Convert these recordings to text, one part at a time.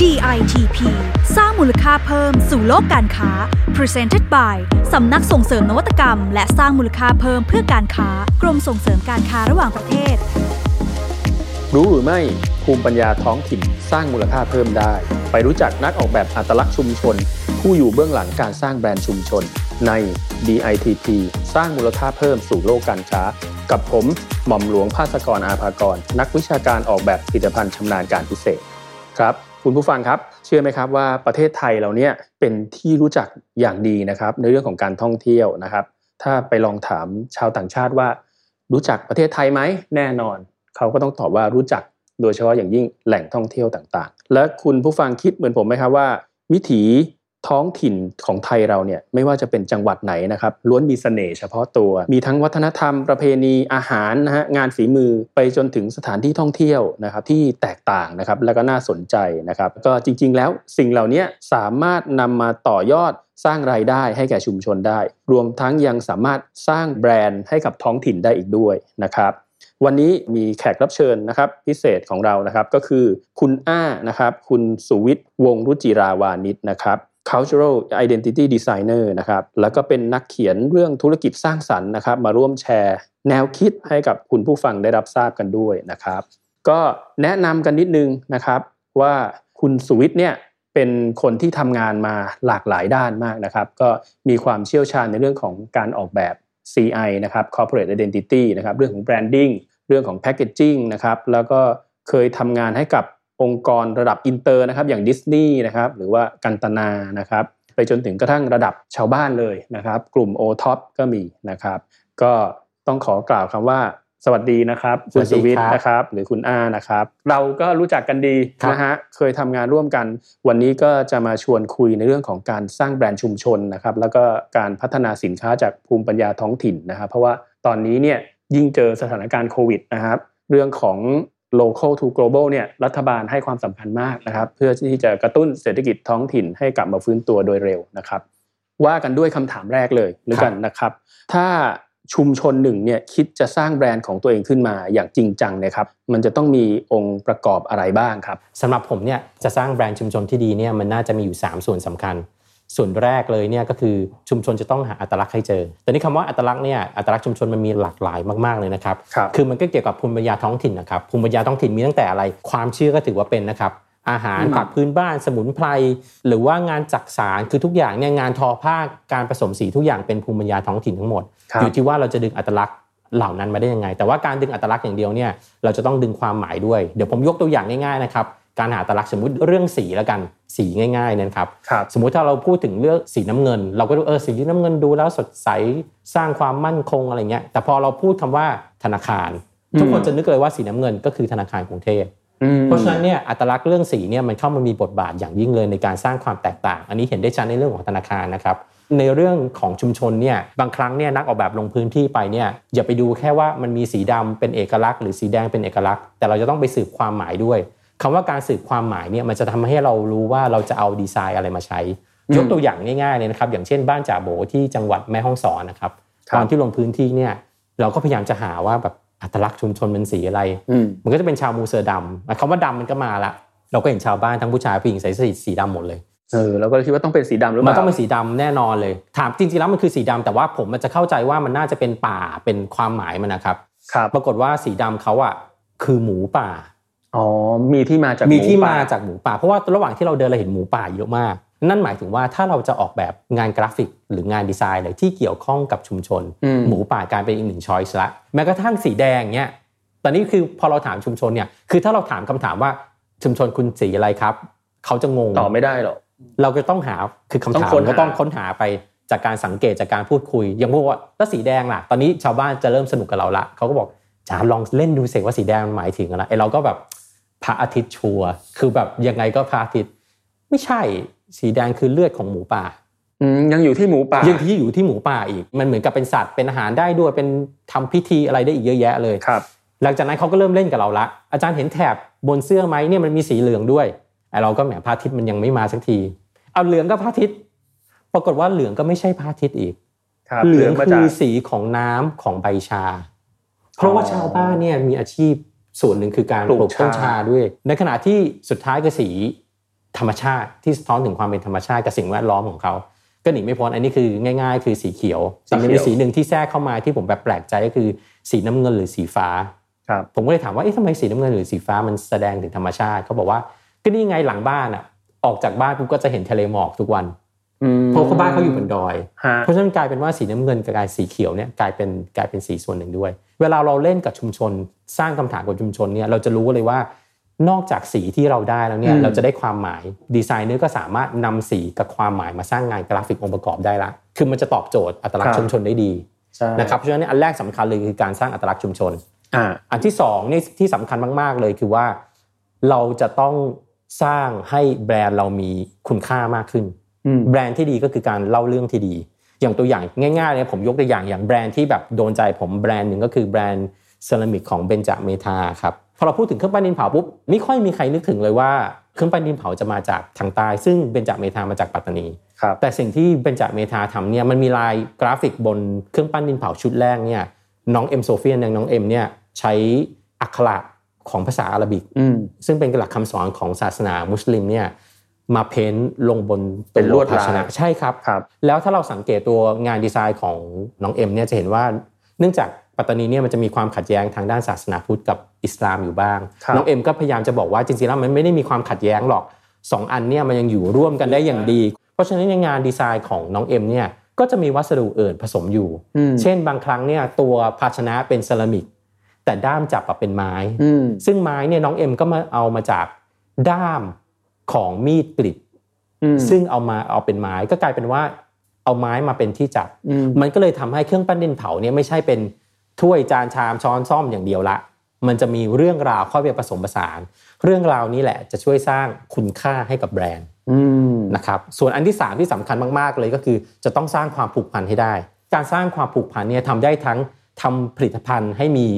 DITP สร้างมูลค่าเพิ่มสู่โลกการค้า Presented by สำนักส่งเสริมนวัตกรรม และสร้างมูลค่าเพิ่มเพื่อการค้ากรมส่งเสริมการค้าระหว่างประเทศ รู้หรือไม่ภูมิปัญญาท้องถิ่นสร้างมูลค่าเพิ่มได้ ไปรู้จักนักออกแบบอัตลักษณ์ชุมชน ผู้อยู่เบื้องหลังการสร้างแบรนด์ชุมชน ใน DITP สร้างมูลค่าเพิ่มสู่โลกการค้า กับผมหม่อมหลวงภาสกรอาภากร นักวิชาการออกแบบผลิตภัณฑ์ชำนาญการพิเศษ ครับคุณผู้ฟังครับ เชื่อไหมครับว่าประเทศไทยเราเนี่ยเป็นที่รู้จักอย่างดีนะครับในเรื่องของการท่องเที่ยวนะครับ ถ้าไปลองถามชาวต่างชาติว่า รู้จักประเทศไทยไหมแน่นอน เขาก็ต้องตอบว่ารู้จักโดยเฉพาะอย่างยิ่งแหล่งท่องเที่ยวต่างๆ และคุณผู้ฟังคิดเหมือนผมไหมครับว่า วิถีท้องถิ่นของไทยเราเนี่ยไม่ว่าจะเป็นจังหวัดไหนนะครับล้วนมีเสน่ห์เฉพาะตัว มีทั้งวัฒนธรรมประเพณีอาหารนะฮะงานฝีมือไปจนถึงสถานที่ท่องเที่ยวนะครับที่แตกต่างนะครับแล้วก็น่าสนใจนะครับ ก็จริงๆแล้วสิ่งเหล่านี้สามารถนำมาต่อยอดสร้างรายได้ให้แก่ชุมชนได้ รวมทั้งยังสามารถสร้างแบรนด์ให้กับท้องถิ่นได้อีกด้วยนะครับ วันนี้มีแขกรับเชิญนะครับพิเศษของเรานะครับก็คือคุณอ้านะครับคุณสุวิทย์วงรุจิราวานิชนะครับ cultural identity designer นะครับแล้วก็เป็นนักเขียนเรื่องธุรกิจสร้างสรรค์นะครับ มาร่วมแชร์ แนวคิดให้กับคุณผู้ฟังได้รับทราบกันด้วยนะครับ ก็แนะนำกันนิดนึงนะครับว่าคุณสุวิทย์เนี่ยเป็นคนที่ทำงานมาหลากหลายด้านมากนะครับ ก็มีความเชี่ยวชาญในเรื่องของการออกแบบ CI นะครับ Corporate Identity นะครับเรื่องของ Branding เรื่องของ Packaging นะครับแล้วก็เคยทำงานให้กับองค์กรระดับอินเตอร์นะครับอย่างดิสนีย์นะครับหรือว่ากันตนานะครับไปจนถึงกระทั่งระดับชาวบ้านเลยนะครับ กลุ่ม o t o p ก็มีนะครับ ก็ต้องขอกล่าวคำว่า สวัสดีนะครับคุณ ส สุ วัสดี วิทย์ ครับ นะครับหรือคุณอานะครับ เราก็รู้จักกันดี ครับ นะฮะเคยทำงานร่วมกัน วันนี้ก็จะมาชวนคุยในเรื่องของการสร้างแบรนด์ชุมชนนะครับแล้วก็การพัฒนาสินค้าจากภูมิปัญญาท้องถิ่นนะครับ เพราะว่าตอนนี้เนี่ยยิ่งเจอสถานการณ์โควิดนะครับ เรื่องของ local to global เนี่ยรัฐบาลให้ความสำคัญมากนะครับ เพื่อที่จะกระตุ้นเศรษฐกิจท้องถิ่นให้กลับมาฟื้นตัวโดยเร็วนะครับ ว่ากันด้วยคำถามแรกเลยหรือกันนะครับ ถ้าชุมชนหนึ่งเนี่ยคิดจะสร้างแบรนด์ของตัวเองขึ้นมาอย่างจริงจังเนะครับ มันจะต้องมีองค์ประกอบอะไรบ้างครับ สำหรับผมเนี่ยจะสร้างแบรนด์ชุมชนที่ดีเนี่ยมันน่าจะมีอยู่ 3 ส่วนสำคัญ ส่วนแรกเลยเนี่ยก็คือชุมชนจะต้องหาอัตลักษณ์ให้เจอ แต่นี่คำว่าอัตลักษณ์เนี่ยอัตลักษณ์ชุมชนมันมีหลากหลายมากๆเลยนะครับ ครับ คือมันก็เกี่ยวกับภูมิปัญญาท้องถิ่นนะครับภูมิปัญญาท้องถิ่นมีตั้งแต่อะไรความเชื่อก็ถือว่าเป็นนะครับอาหาร อืม ผักพื้นบ้านสมุนไพรหรือว่างานจักสานคือทุกอย่างเนี่ยงานทอผ้าการผสมสีทุกอย่างเป็นภูมิปัญญาท้องถิ่นทั้งหมด ครั อบ ยู่ที่ว่าเราจะดึงอัตลักษณ์เหล่านั้นมาได้ยังไง แต่ว่าการดึงอัตลักษณ์อย่างเดียวเนี่ยเราจะต้องดึงความหมายด้วย เดี๋ยวผมยกตัวอย่างง่ายๆนะครับการหาอัตลักษณ์สมมติเรื่องสีแล้วกันสีง่ายๆเนยนะครับ ครับ สมมุติถ้าเราพูดถึงเรื่องสีน้ำเงิน เราก็ดูเออสีน้ำเงินดูแล้วสดใสสร้างความมั่นคงอะไรเงี้ยแต่พอเราพูดคำว่าธนาคาร ทุกคนจะนึกเลยว่าสีน้ำเงินก็คือธนาคารกรุงเทพ อืม เพราะฉะนั้นเนี่ยอัตลักษณ์เรื่องสีเนี่ยมันเข้ามามีบทบาทอย่างยิ่งเลยในการสร้างความแตกต่าง อันนี้เห็นได้ชัดในเรื่องของธนาคารนะครับในเรื่องของชุมชนเนี่ยบางครั้งเนี่ยนักออกแบบลงพื้นที่ไปเนี่ยอย่าไปดูแค่ว่ามันมีสีดำเป็นเอกลักษณ์หรือสีแดงเป็นเอกลักษณ์ แต่เราจะต้องไปสืบความหมายด้วยคำว่าการสืบความหมายเนี่ยมันจะทำให้เรารู้ว่าเราจะเอาดีไซน์อะไรมาใช้ ยกตัวอย่างง่ายๆเลยนะครับอย่างเช่นบ้านจ่าโบที่จังหวัดแม่ฮ่องสอนนะครับ ครับ ตอนที่ลงพื้นที่เนี่ยเราก็พยายามจะหาว่าแบบอัตลักษณ์ชุมชนเป็นสีอะไร อืม มันก็จะเป็นชาวมูเซอร์ดำอ่ะคำว่าดำมันก็มาละ เราก็เห็นชาวบ้านทั้งผู้ชายผู้หญิงใส่เสื้อสีดำหมดเลย เออเราก็เลยคิดว่าต้องเป็นสีดำหรือเป มัน ล่า ต้องเป็นสีดำแน่นอนเลย ถามจริงๆแล้วมันคือสีดำแต่ว่าผมมันจะเข้าใจว่ามันน่าจะเป็นป่าเป็นความหมายมันนะครับ ครับ ปรากฏว่าสีดำเขาอ่ะคือหมูป่า อ๋อ มีที่มาจาก มีที่ ห มา ป่ จากหมูป่า เพราะว่าระหว่างที่เราเดินเราเห็นหมูป่าเยอะมาก นั่นหมายถึงว่าถ้าเราจะออกแบบงานกราฟิกหรืองานดีไซน์อะไรที่เกี่ยวข้องกับชุมชน อืม หมูป่ากลายเป็นอีกหนึ่งช้อยส์ละแม้กระทั่งสีแดงเนี่ยตอนนี้คือพอเราถามชุมชนเนี่ยคือถ้าเราถามคำถามว่าชุมชนคุณสีอะไรครับเขาจะงง ตอบไม่ได้หรอก เราก็ต้องหาคือคำ ต้อง ถาม ค้นหา ก็ต้องค้นหาไปจากการสังเกตจากการพูดคุย อย่างพวกว่าแล้วสีแดงล่ะ ตอนนี้ชาวบ้านจะเริ่มสนุกกับเราละเขาก็บอกจ๋าลองเล่นดูเสกว่าสีแดงมันหมายถึงอะไรไอเราก็แบบพระอาทิตย์ชัวร์คือแบบยังไงก็พระอาทิตย์ไม่ใช่สีแดงคือเลือดของหมูป่า อืมยังอยู่ที่หมูป่า ยังที่อยู่ที่หมูป่าอีกมันเหมือนกับเป็นสัตว์เป็นอาหารได้ด้วยเป็นทำพิธีอะไรได้อีกเยอะแยะเลย ครับ หลังจากนั้นเขาก็เริ่มเล่นกับเราละ อาจารย์เห็นแถบบนเสื้อไหมเนี่ยมันมีสีเหลืองด้วยไอเราก็แหมพระอาทิตย์มันยังไม่มาสักที เอาเหลืองก็พระอาทิตย์ ปรากฏว่าเหลืองก็ไม่ใช่พระอาทิตย์อีก ครับ เหลือง มา คื จาก อสีของน้ำของใบชา เพราะว่าชาวบ้านเนี่ยมีอาชีพส่วนหนึ่งคือการ ป ป ลู ลู ก กต้น ชา ชาด้วย ในขณะที่สุดท้ายก็สี ธรรมชาติที่สะท้อนถึงความเป็นธรรมชาติกับสิ่งแวดล้อมของเขาก็หนีไม่พ้นอันนี้คือง่าย ๆ คือสีเขียวแต่มันมีสีหนึ่งที่แทรกเข้ามาที่ผมแบบแปลกใจก็คือสีน้ำเงินหรือสีฟ้า ครับ ผมก็เลยถามว่าเอ๊ะทำไมสีน้ำเงินหรือสีฟ้ามันแสดงถึงธรรมชาติเขาบอกว่าก็นี่ไงหลังบ้านอ่ะออกจากบ้านกูก็จะเห็นทะเลหมอกทุกวัน อืม เพราะว่าบ้านเขาอยู่บนดอย ฮะ เพราะฉะนั้นกลายเป็นว่าสีน้ำเงินกับกลายสีเขียวเนี่ยกลายเป็นกลายเป็นสีส่วนหนึ่งด้วย เวลาเราเล่นกับชุมชน สร้างคำถามกับชุมชนเนี่ยเราจะรู้เลยว่านอกจากสีที่เราได้แล้วเนี่ยเราจะได้ความหมายดีไซเนอร์ก็สามารถนำสีกับความหมายมาสร้างงานกราฟิกองค์ประกอบได้ละคือมันจะตอบโจทย์อัตลักษณ์ชุมชนได้ดี ใช่ นะครับเพราะฉะนั้นอันแรกสำคัญเลยคือการสร้างอัตลักษณ์ชุมชน อ่า อันที่สองนี่ที่สำคัญมาก ๆ เลยคือว่าเราจะต้องสร้างให้แบรนด์เรามีคุณค่ามากขึ้น อืม แบรนด์ที่ดีก็คือการเล่าเรื่องที่ดี อย่างตัวอย่างง่ายๆเลยผมยกตัวอย่างอย่างแบรนด์ที่แบบโดนใจผมแบรนด์หนึ่งก็คือแบรนด์เซรามิกของเบนจาเมทาครับพอเราพูดถึงเครื่องปั้นดินเผาปุ๊บไม่ค่อยมีใครนึกถึงเลยว่าเครื่องปั้นดินเผาจะมาจากทางใต้ซึ่งเบนจาเมทามาจากปัตตานี ครับ แต่สิ่งที่เบนจาเมทาทำเนี่ยมันมีลายกราฟิกบนเครื่องปั้นดินเผาชุดแรกเนี่ยน้องเอ็มโซเฟียนยน้องเอ็มเนี่ยใช้อักขระของภาษาอาหรับิก อืม ซึ่งเป็นหลักคำสอนของศาสนามุสลิมเนี่ยมาเพ้นท์ลงบนตั เป็นลวดลาย ภาชนะใช่ครับ ครับ แล้วถ้าเราสังเกตตัวงานดีไซน์ของน้องเอ็มเนี่ยจะเห็นว่าเนื่องจากปัตตานีเนี่ยมันจะมีความขัดแย้งทางด้านศาสนาพุทธกับอิสลามอยู่บ้าง ครับ น้องเอ็มก็พยายามจะบอกว่าจริงๆแล้วมันไม่ได้มีความขัดแย้งหรอกสองอันเนี่ยมันยังอยู่ร่วมกันได้อย่างดี เพราะฉะนั้นในงานดีไซน์ของน้องเอ็มเนี่ยก็จะมีวัสดุอื่นผสมอยู่ อืม เช่นบางครั้งเนี่ยตัวภาชนะเป็นเซรามิก แต่ด้ามจับอะเป็นไม้ อืม ซึ่งไม้เนี่ยน้องเอ็มก็มาเอามาจากด้ามของมีดกริด อืม ซึ่งเอามาเอาเป็นไม้ก็กลายเป็นว่าเอาไม้มาเป็นที่จับ อืม มันก็เลยทำให้เครื่องปั้นดินเผาเนี่ยไม่ใช่เป็นถ้วยจานชามช้อนซ่อมอย่างเดียวละ มันจะมีเรื่องราวเข้าไปผสมผสาน เรื่องราวนี้แหละจะช่วยสร้างคุณค่าให้กับแบรนด์ อืม นะครับส่วนอันที่ 3 ที่สำคัญมากๆเลยก็คือ จะต้องสร้างความผูกพันให้ได้ การสร้างความผูกพันเนี่ยทำได้ทั้งทำผลิตภัณฑ์ให้มี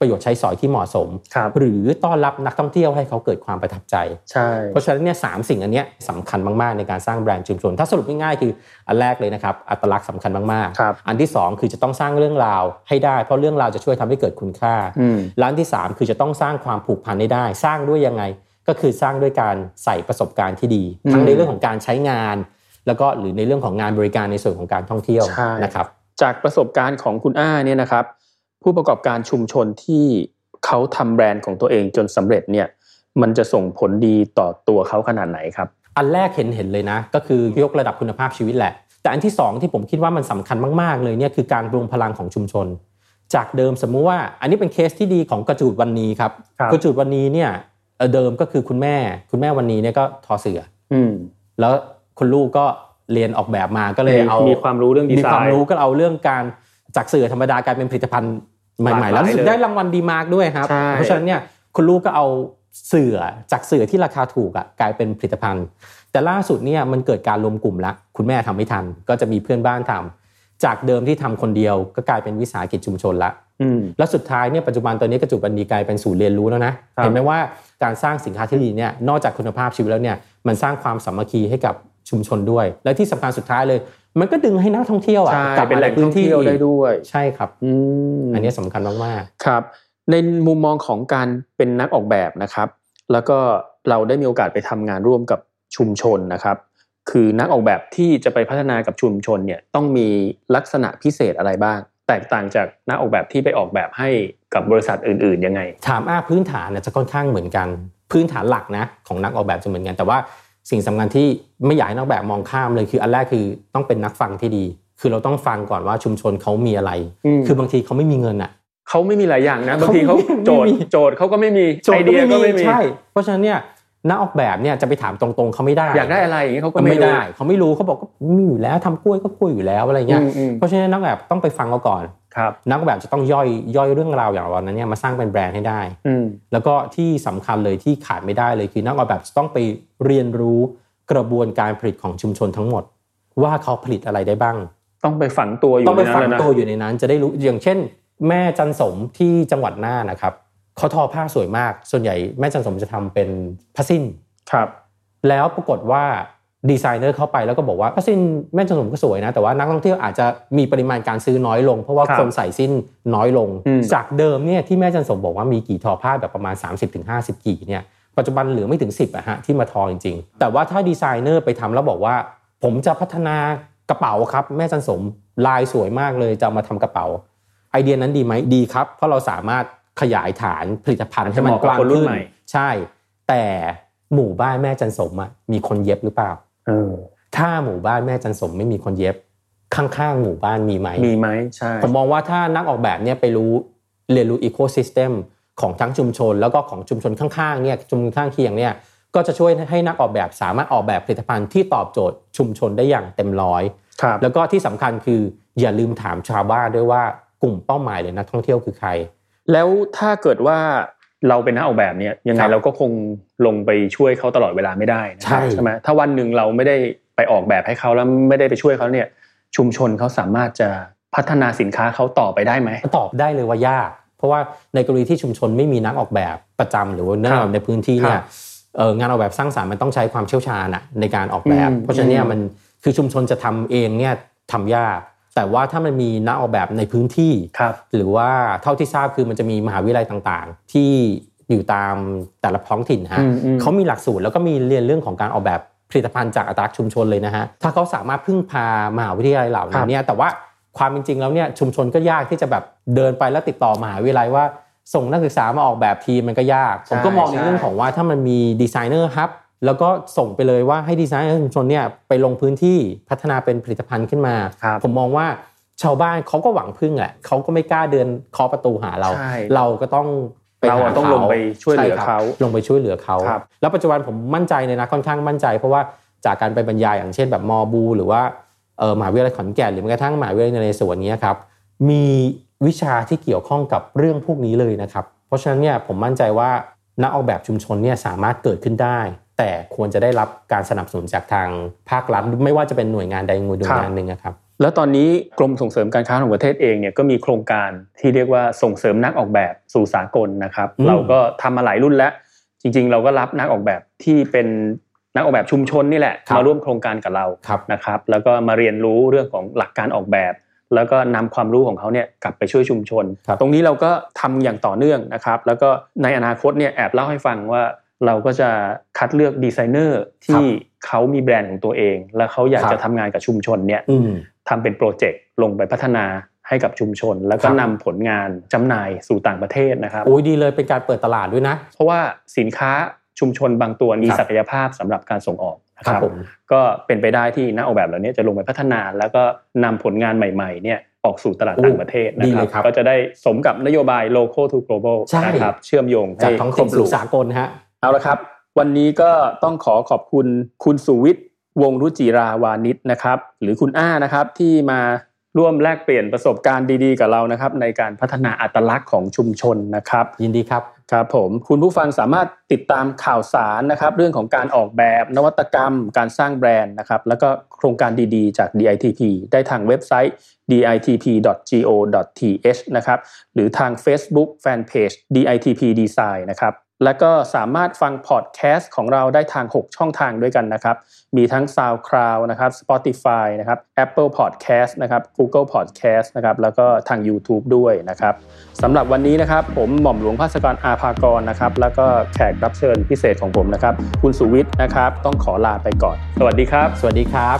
ประโยชน์ใช้สอยที่เหมาะสม ครับ หรือต้อนรับนักท่องเที่ยวให้เขาเกิดความประทับใจ ใช่ เพราะฉะนั้นเนี่ยสามสิ่งอันเนี้ยสำคัญมาก ๆ ในการสร้างแบรนด์ชุมชน ถ้าสรุปง่ายๆคืออันแรกเลยนะครับ อัตลักษณ์สำคัญมาก ครับ ๆ อันที่ 2 คือจะต้องสร้างเรื่องราวให้ได้ เพราะเรื่องราวจะช่วยทำให้เกิดคุณค่า อืม และอันที่ 3 คือจะต้องสร้างความผูกพันให้ได้ สร้างด้วยยังไง ก็คือสร้างด้วยการใส่ประสบการณ์ที่ดี ทั้งในเรื่องของการใช้งาน แล้วก็หรือในเรื่องของงานบริการในส่วนของการท่องเที่ยว ใช่ นะครับ จากประสบการณ์ของคุณอ้าเนี่ยนะครับ ผู้ประกอบการชุมชนที่เขาทำแบรนด์ของตัวเองจนสำเร็จเนี่ย มันจะส่งผลดีต่อตัวเขาขนาดไหนครับ อันแรกเห็นเห็นเลยนะ ก็คือยกระดับคุณภาพชีวิตแหละ แต่อันที่ 2 ที่ผมคิดว่ามันสำคัญมาก ๆ เลยเนี่ยคือการรวมพลังของชุมชน จากเดิมสมมุติว่าอันนี้เป็นเคสที่ดีของกระจูดวันนี้ครับ ครับ กระจูดวันนี้เนี่ยเอ่อเดิมก็คือคุณแม่ คุณแม่วันนี้เนี่ยก็ทอเสือ อืม แล้วคุณลูกก็เรียนออกแบบมาก็เลย มี เอา มี มี ความรู้เรื่องดีไซน์ มีความรู้ก็เอาเรื่องการจากเสือธรรมดากลายเป็นผลิตภัณฑ์ให หลากห ม่ ลายๆแล้วรู้สึก เลย ได้รางวัลดีมากด้วยครับ ใช่ เพราะฉะนั้นเนี่ยคุณลูกก็เอาเสือจากเสือที่ราคาถูกอ่ะกลายเป็นผลิตภัณฑ์ แต่ล่าสุดเนี่ยมันเกิดการรวมกลุ่มละคุณแม่ทำไม่ทัน ก็จะมีเพื่อนบ้านทำจากเดิมที่ทำคนเดียวก็กลายเป็นวิสาหกิจชุมชนละ อืม แล้วสุดท้ายเนี่ยปัจจุบันตอนนี้กระจุกบันดีกลายเป็นศูนย์เรียนรู้แล้วนะ ครับ เห็นไหมว่าการสร้างสินค้าที่ดีเนี่ยนอกจากคุณภาพชีวิตแล้วเนี่ยมันสร้างความสามัคคีให้กับชุมชนด้วย และที่สำคัญสุดท้ายเลย มันก็ดึงให้นักท่องเที่ยวอ่ะ ใช่ กลับ เป็น มา แห ใน ล่ง พื้ ท่อน ง ที่ เที่ยวได้ด้วย ใช่ครับ อืม อันนี้สำคัญมาก ครับในมุมมองของการเป็นนักออกแบบนะครับ แล้วก็เราได้มีโอกาสไปทำงานร่วมกับชุมชนนะครับ คือนักออกแบบที่จะไปพัฒนากับชุมชนเนี่ยต้องมีลักษณะพิเศษอะไรบ้าง แตกต่างจากนักออกแบบที่ไปออกแบบให้กับบริษัทอื่นๆยังไง ๆ ถามอ้าพื้นฐานเนี่ยจะค่อนข้างเหมือนกัน พื้นฐานหลักนะของนักออกแบบจะเหมือนกัน แต่ว่าสิ่งสำคัญที่ไม่อยากให้นักออกแบบมองข้ามเลยคืออันแรกคือต้องเป็นนักฟังที่ดี คือเราต้องฟังก่อนว่าชุมชนเขามีอะไร อืม คือบางทีเขาไม่มีเงินอ่ะ เขาไม่มีหลายอย่างนะบางทีเขา เขาไม่มี โจทย์โจทย์เขาก็ไม่มี โจ ไอ ทย์ เดียก็ไม่มี ใช่ เพราะฉะนั้นเนี่ยนักออกแบบเนี่ยจะไปถามตรงๆเขาไม่ได้ อยากได้อะไรอย่างนี้เขาก็ ก็ ไม่ ไม่ รู้ ได้ เขาไม่รู้เขาบอกก็มีอยู่แล้วทำกล้วยก็กล้วยอยู่แล้วอะไร อื เงี้ย มอืม เพราะฉะนั้นนักแบบต้องไปฟังเขาก่อน ครับ นักแบบจะต้องย่อยย่อยเรื่องราวอย่างเรานั้นเนี่ยมาสร้างเป็นแบรนด์ให้ได้ อืม แล้วก็ที่สำคัญเลยที่ขาดไม่ได้เลยคือนักออกแบบจะต้องไปเรียนรู้กระบวนการผลิตของชุมชนทั้งหมด ว่าเขาผลิตอะไรได้บ้าง ต้องไปฝังตัวอยู่ ต้องไป ใน ฝั นั้น ง แล้วนะ ตัวอยู่ในนั้นจะได้รู้อย่างเช่น แม่จันสมที่จังหวัดน่านนะครับเขาทอผ้าสวยมาก ส่วนใหญ่แม่จันสมจะทำเป็นผ้าสิ้น ครับ แล้วปรากฏว่าดีไซเนอร์เข้าไปแล้วก็บอกว่าผ้าสิ้นแม่จันสมก็สวยนะ แต่ว่านักท่องเที่ยวอาจจะมีปริมาณการซื้อน้อยลง เพราะว่า ครับ คนใส่สิ้นน้อยลง อืม จากเดิมเนี่ยที่แม่จันสมบอกว่ามีกี่ทอผ้าแบบประมาณ 30-50 กี่เนี่ย ปัจจุบันเหลือไม่ถึง 10อะฮะที่มาทอจริงๆ แต่ว่าถ้าดีไซเนอร์ไปทำแล้วบอกว่า ผมจะพัฒนากระเป๋าครับ แม่จันสมลายสวยมากเลยจะเอามาทำกระเป๋า ไอเดียนั้นดีไหมดีครับ เพราะเราสามารถขยายฐานผลิตภัณฑ์ให้มันกว้าง เหมาะกับคนรุ่น ขึ้น ใหม่ ใช่ แต่หมู่บ้านแม่จันสมอะมีคนเย็บหรือเปล่า เออ ถ้าหมู่บ้านแม่จันสมไม่มีคนเย็บ ข้างๆหมู่บ้านมีไหม มีไหมใช่ ผมมองว่าถ้านักออกแบบเนี่ยไปรู้เรียนรู้อีโคซิสเต็มของทั้งชุมชน แล้วก็ของชุมชนข้างๆเนี่ยชุมชนข้างเคียงเนี่ยก็จะช่วยให้นักออกแบบสามารถออกแบบผลิตภัณฑ์ที่ตอบโจทย์ชุมชนได้อย่างเต็มร้อย ครับ แล้วก็ที่สำคัญคืออย่าลืมถามชาวบ้านด้วยว่ากลุ่มเป้าหมายหรือนักท่องเที่ยวคือใคร แล้วถ้าเกิดว่าเราเป็นนักออกแบบเนี่ยยังไง ครับ เราก็คงลงไปช่วยเขาตลอดเวลาไม่ได้นะครับ ใช่ ใช่ไหมถ้าวันหนึ่งเราไม่ได้ไปออกแบบให้เขาแล้วไม่ได้ไปช่วยเขาเนี่ย ชุมชนเขาสามารถจะพัฒนาสินค้าเขาต่อไปได้ไหม ตอบได้เลยว่ายาก เพราะว่าในกรณีที่ชุมชนไม่มีนักออกแบบประจำหรือว่านักออกแบบในพื้นที่เนี่ ครั ย บ เอ่องานออกแบบสร้างสรรค์มันต้องใช้ความเชี่ยวชาญอะในการออกแบบ อืม เพราะฉะนั้นเนี่ อื ย ม มันคือชุมชนจะทำเองเนี่ยทำยาก แต่ว่าถ้ามันมีนักออกแบบในพื้นที่ ครับ หรือว่าเท่าที่ทราบคือมันจะมีมหาวิทยาลัยต่างๆ ที่อยู่ตามแต่ละท้องถิ่นฮะ อืมอืม เขามีหลักสูตรแล้วก็มีเรียนเรื่องของการออกแบบผลิตภัณฑ์จากอัตลักษณ์ชุมชนเลยนะฮะ ถ้าเขาสามารถพึ่งพามหาวิทยาลัยเหล่า ครั นั้ บ นเนี่ย แต่ว่าความเป็นจริงแล้วเนี่ยชุมชนก็ยากที่จะแบบเดินไปแล้วติดต่อมหาวิทยาลัยว่า ส่งนักศึกษามาออกแบบทีมมันก็ยาก ผมก็มองในเรื่องของว่าถ้ามันมีดีไซเนอร์ครับแล้วก็ส่งไปเลยว่าให้ดีไซเนอร์ชุมชนเนี่ยไปลงพื้นที่พัฒนาเป็นผลิตภัณฑ์ขึ้นมา ครับ ผมมองว่าชาวบ้านเขาก็หวังพึ่งแหละเขาก็ไม่กล้าเดินเคาะประตูหาเรา ใช่ เราก็ต้องไป เรา ห อะต้อง ข ลงไปช่วยเหลือ ใครับ เขา ลงไปช่วยเหลือเขา ครับ แล้วปัจจุบันผมมั่นใจเลยนะค่อนข้างมั่นใจ เพราะว่าจากการไปบรรยายอย่างเช่นแบบมอบู หรือว่าเอ่อมหาวิทยาลัยขอนแก่นหรือแม้กระทั่งมหาวิทยาลัยนเรศวรเนี้ยครับมีวิชาที่เกี่ยวข้องกับเรื่องพวกนี้เลยนะครับ เพราะฉะนั้นเนี่ยผมมั่นใจว่านักออกแบบชุมชนเนี่ยสามารถเกิดขึ้นได้ แต่ควรจะได้รับการสนับสนุนจากทางภาครัฐไม่ว่าจะเป็นหน่วยงานใดหน่วยงานหนึ่งนะครับ แล้วตอนนี้กรมส่งเสริมการค้าของประเทศเองเนี่ยก็มีโครงการที่เรียกว่าส่งเสริมนักออกแบบสู่สากลนะครับ อืม เราก็ทำมาหลายรุ่นแล้ว จริง ๆ เราก็รับนักออกแบบที่เป็นนักออกแบบชุมชนนี่แหละ ครับ มาร่วมโครงการกับเรา ครับ นะครับแล้วก็มาเรียนรู้เรื่องของหลักการออกแบบ แล้วก็นำความรู้ของเขาเนี่ยกลับไปช่วยชุมชน ครับ ตรงนี้เราก็ทำอย่างต่อเนื่องนะครับ แล้วก็ในอนาคตเนี่ยแอบเล่าให้ฟังว่าเราก็จะคัดเลือกดีไซเนอร์ที่เขามีแบรนด์ของตัวเอง แล้วเขาอยากจะทำงานกับชุมชนเนี่ย อืม ทำเป็นโปรเจกต์ลงไปพัฒนาให้กับชุมชน แล้วก็ ครับ นำผลงานจำหน่ายสู่ต่างประเทศนะครับ โอ้ยดีเลยเป็นการเปิดตลาดด้วยนะ เพราะว่าสินค้าชุมชนบางตัวมี ครับ ศักยภาพสำหรับการส่งออกนะ ค ค รั รั บบ ผม ก็เป็นไปได้ที่นักออกแบบเหล่านี้จะลงไปพัฒนา แล้วก็นำผลงานใหม่ๆเนี่ยออกสู่ตลาดต่างประเทศนะ ดี ครั เล บ ยครับ ก็จะได้สมกับนโยบาย local to global ใช่ นะครับเชื่อมโยง จาก ให้ ท้องถิ่นสู่สากลฮะ เอาละครับ วันนี้ก็ต้องขอขอบคุณคุณสุวิทย์วงศ์รุจิราวานิชนะครับ หรือคุณอ้านะครับที่มาร่วมแลกเปลี่ยนประสบการณ์ดีๆ กับเรานะครับ ในการพัฒนาอัตลักษณ์ของชุมชนนะครับ ยินดีครับ ครับผมคุณผู้ฟังสามารถติดตามข่าวสารนะครับ เรื่องของการออกแบบนวัตกรรม การสร้างแบรนด์นะครับ แล้วก็โครงการดีๆ จาก DITP ได้ทางเว็บไซต์ ditp.go.th นะครับ หรือทาง Facebook Fanpage DITP Design นะครับ แล้วก็สามารถฟังพอดแคสต์ของเราได้ทาง 6 ช่องทางด้วยกันนะครับ มีทั้ง SoundCloud นะครับ Spotify นะครับ Apple Podcast นะครับ Google Podcast นะครับ แล้วก็ทาง YouTube ด้วยนะครับ สำหรับวันนี้นะครับ ผมหม่อมหลวงภาสกรอาภากรนะครับ แล้วก็แขกรับเชิญพิเศษของผมนะครับ คุณสุวิทย์นะครับ ต้องขอลาไปก่อน สวัสดีครับ สวัสดีครับ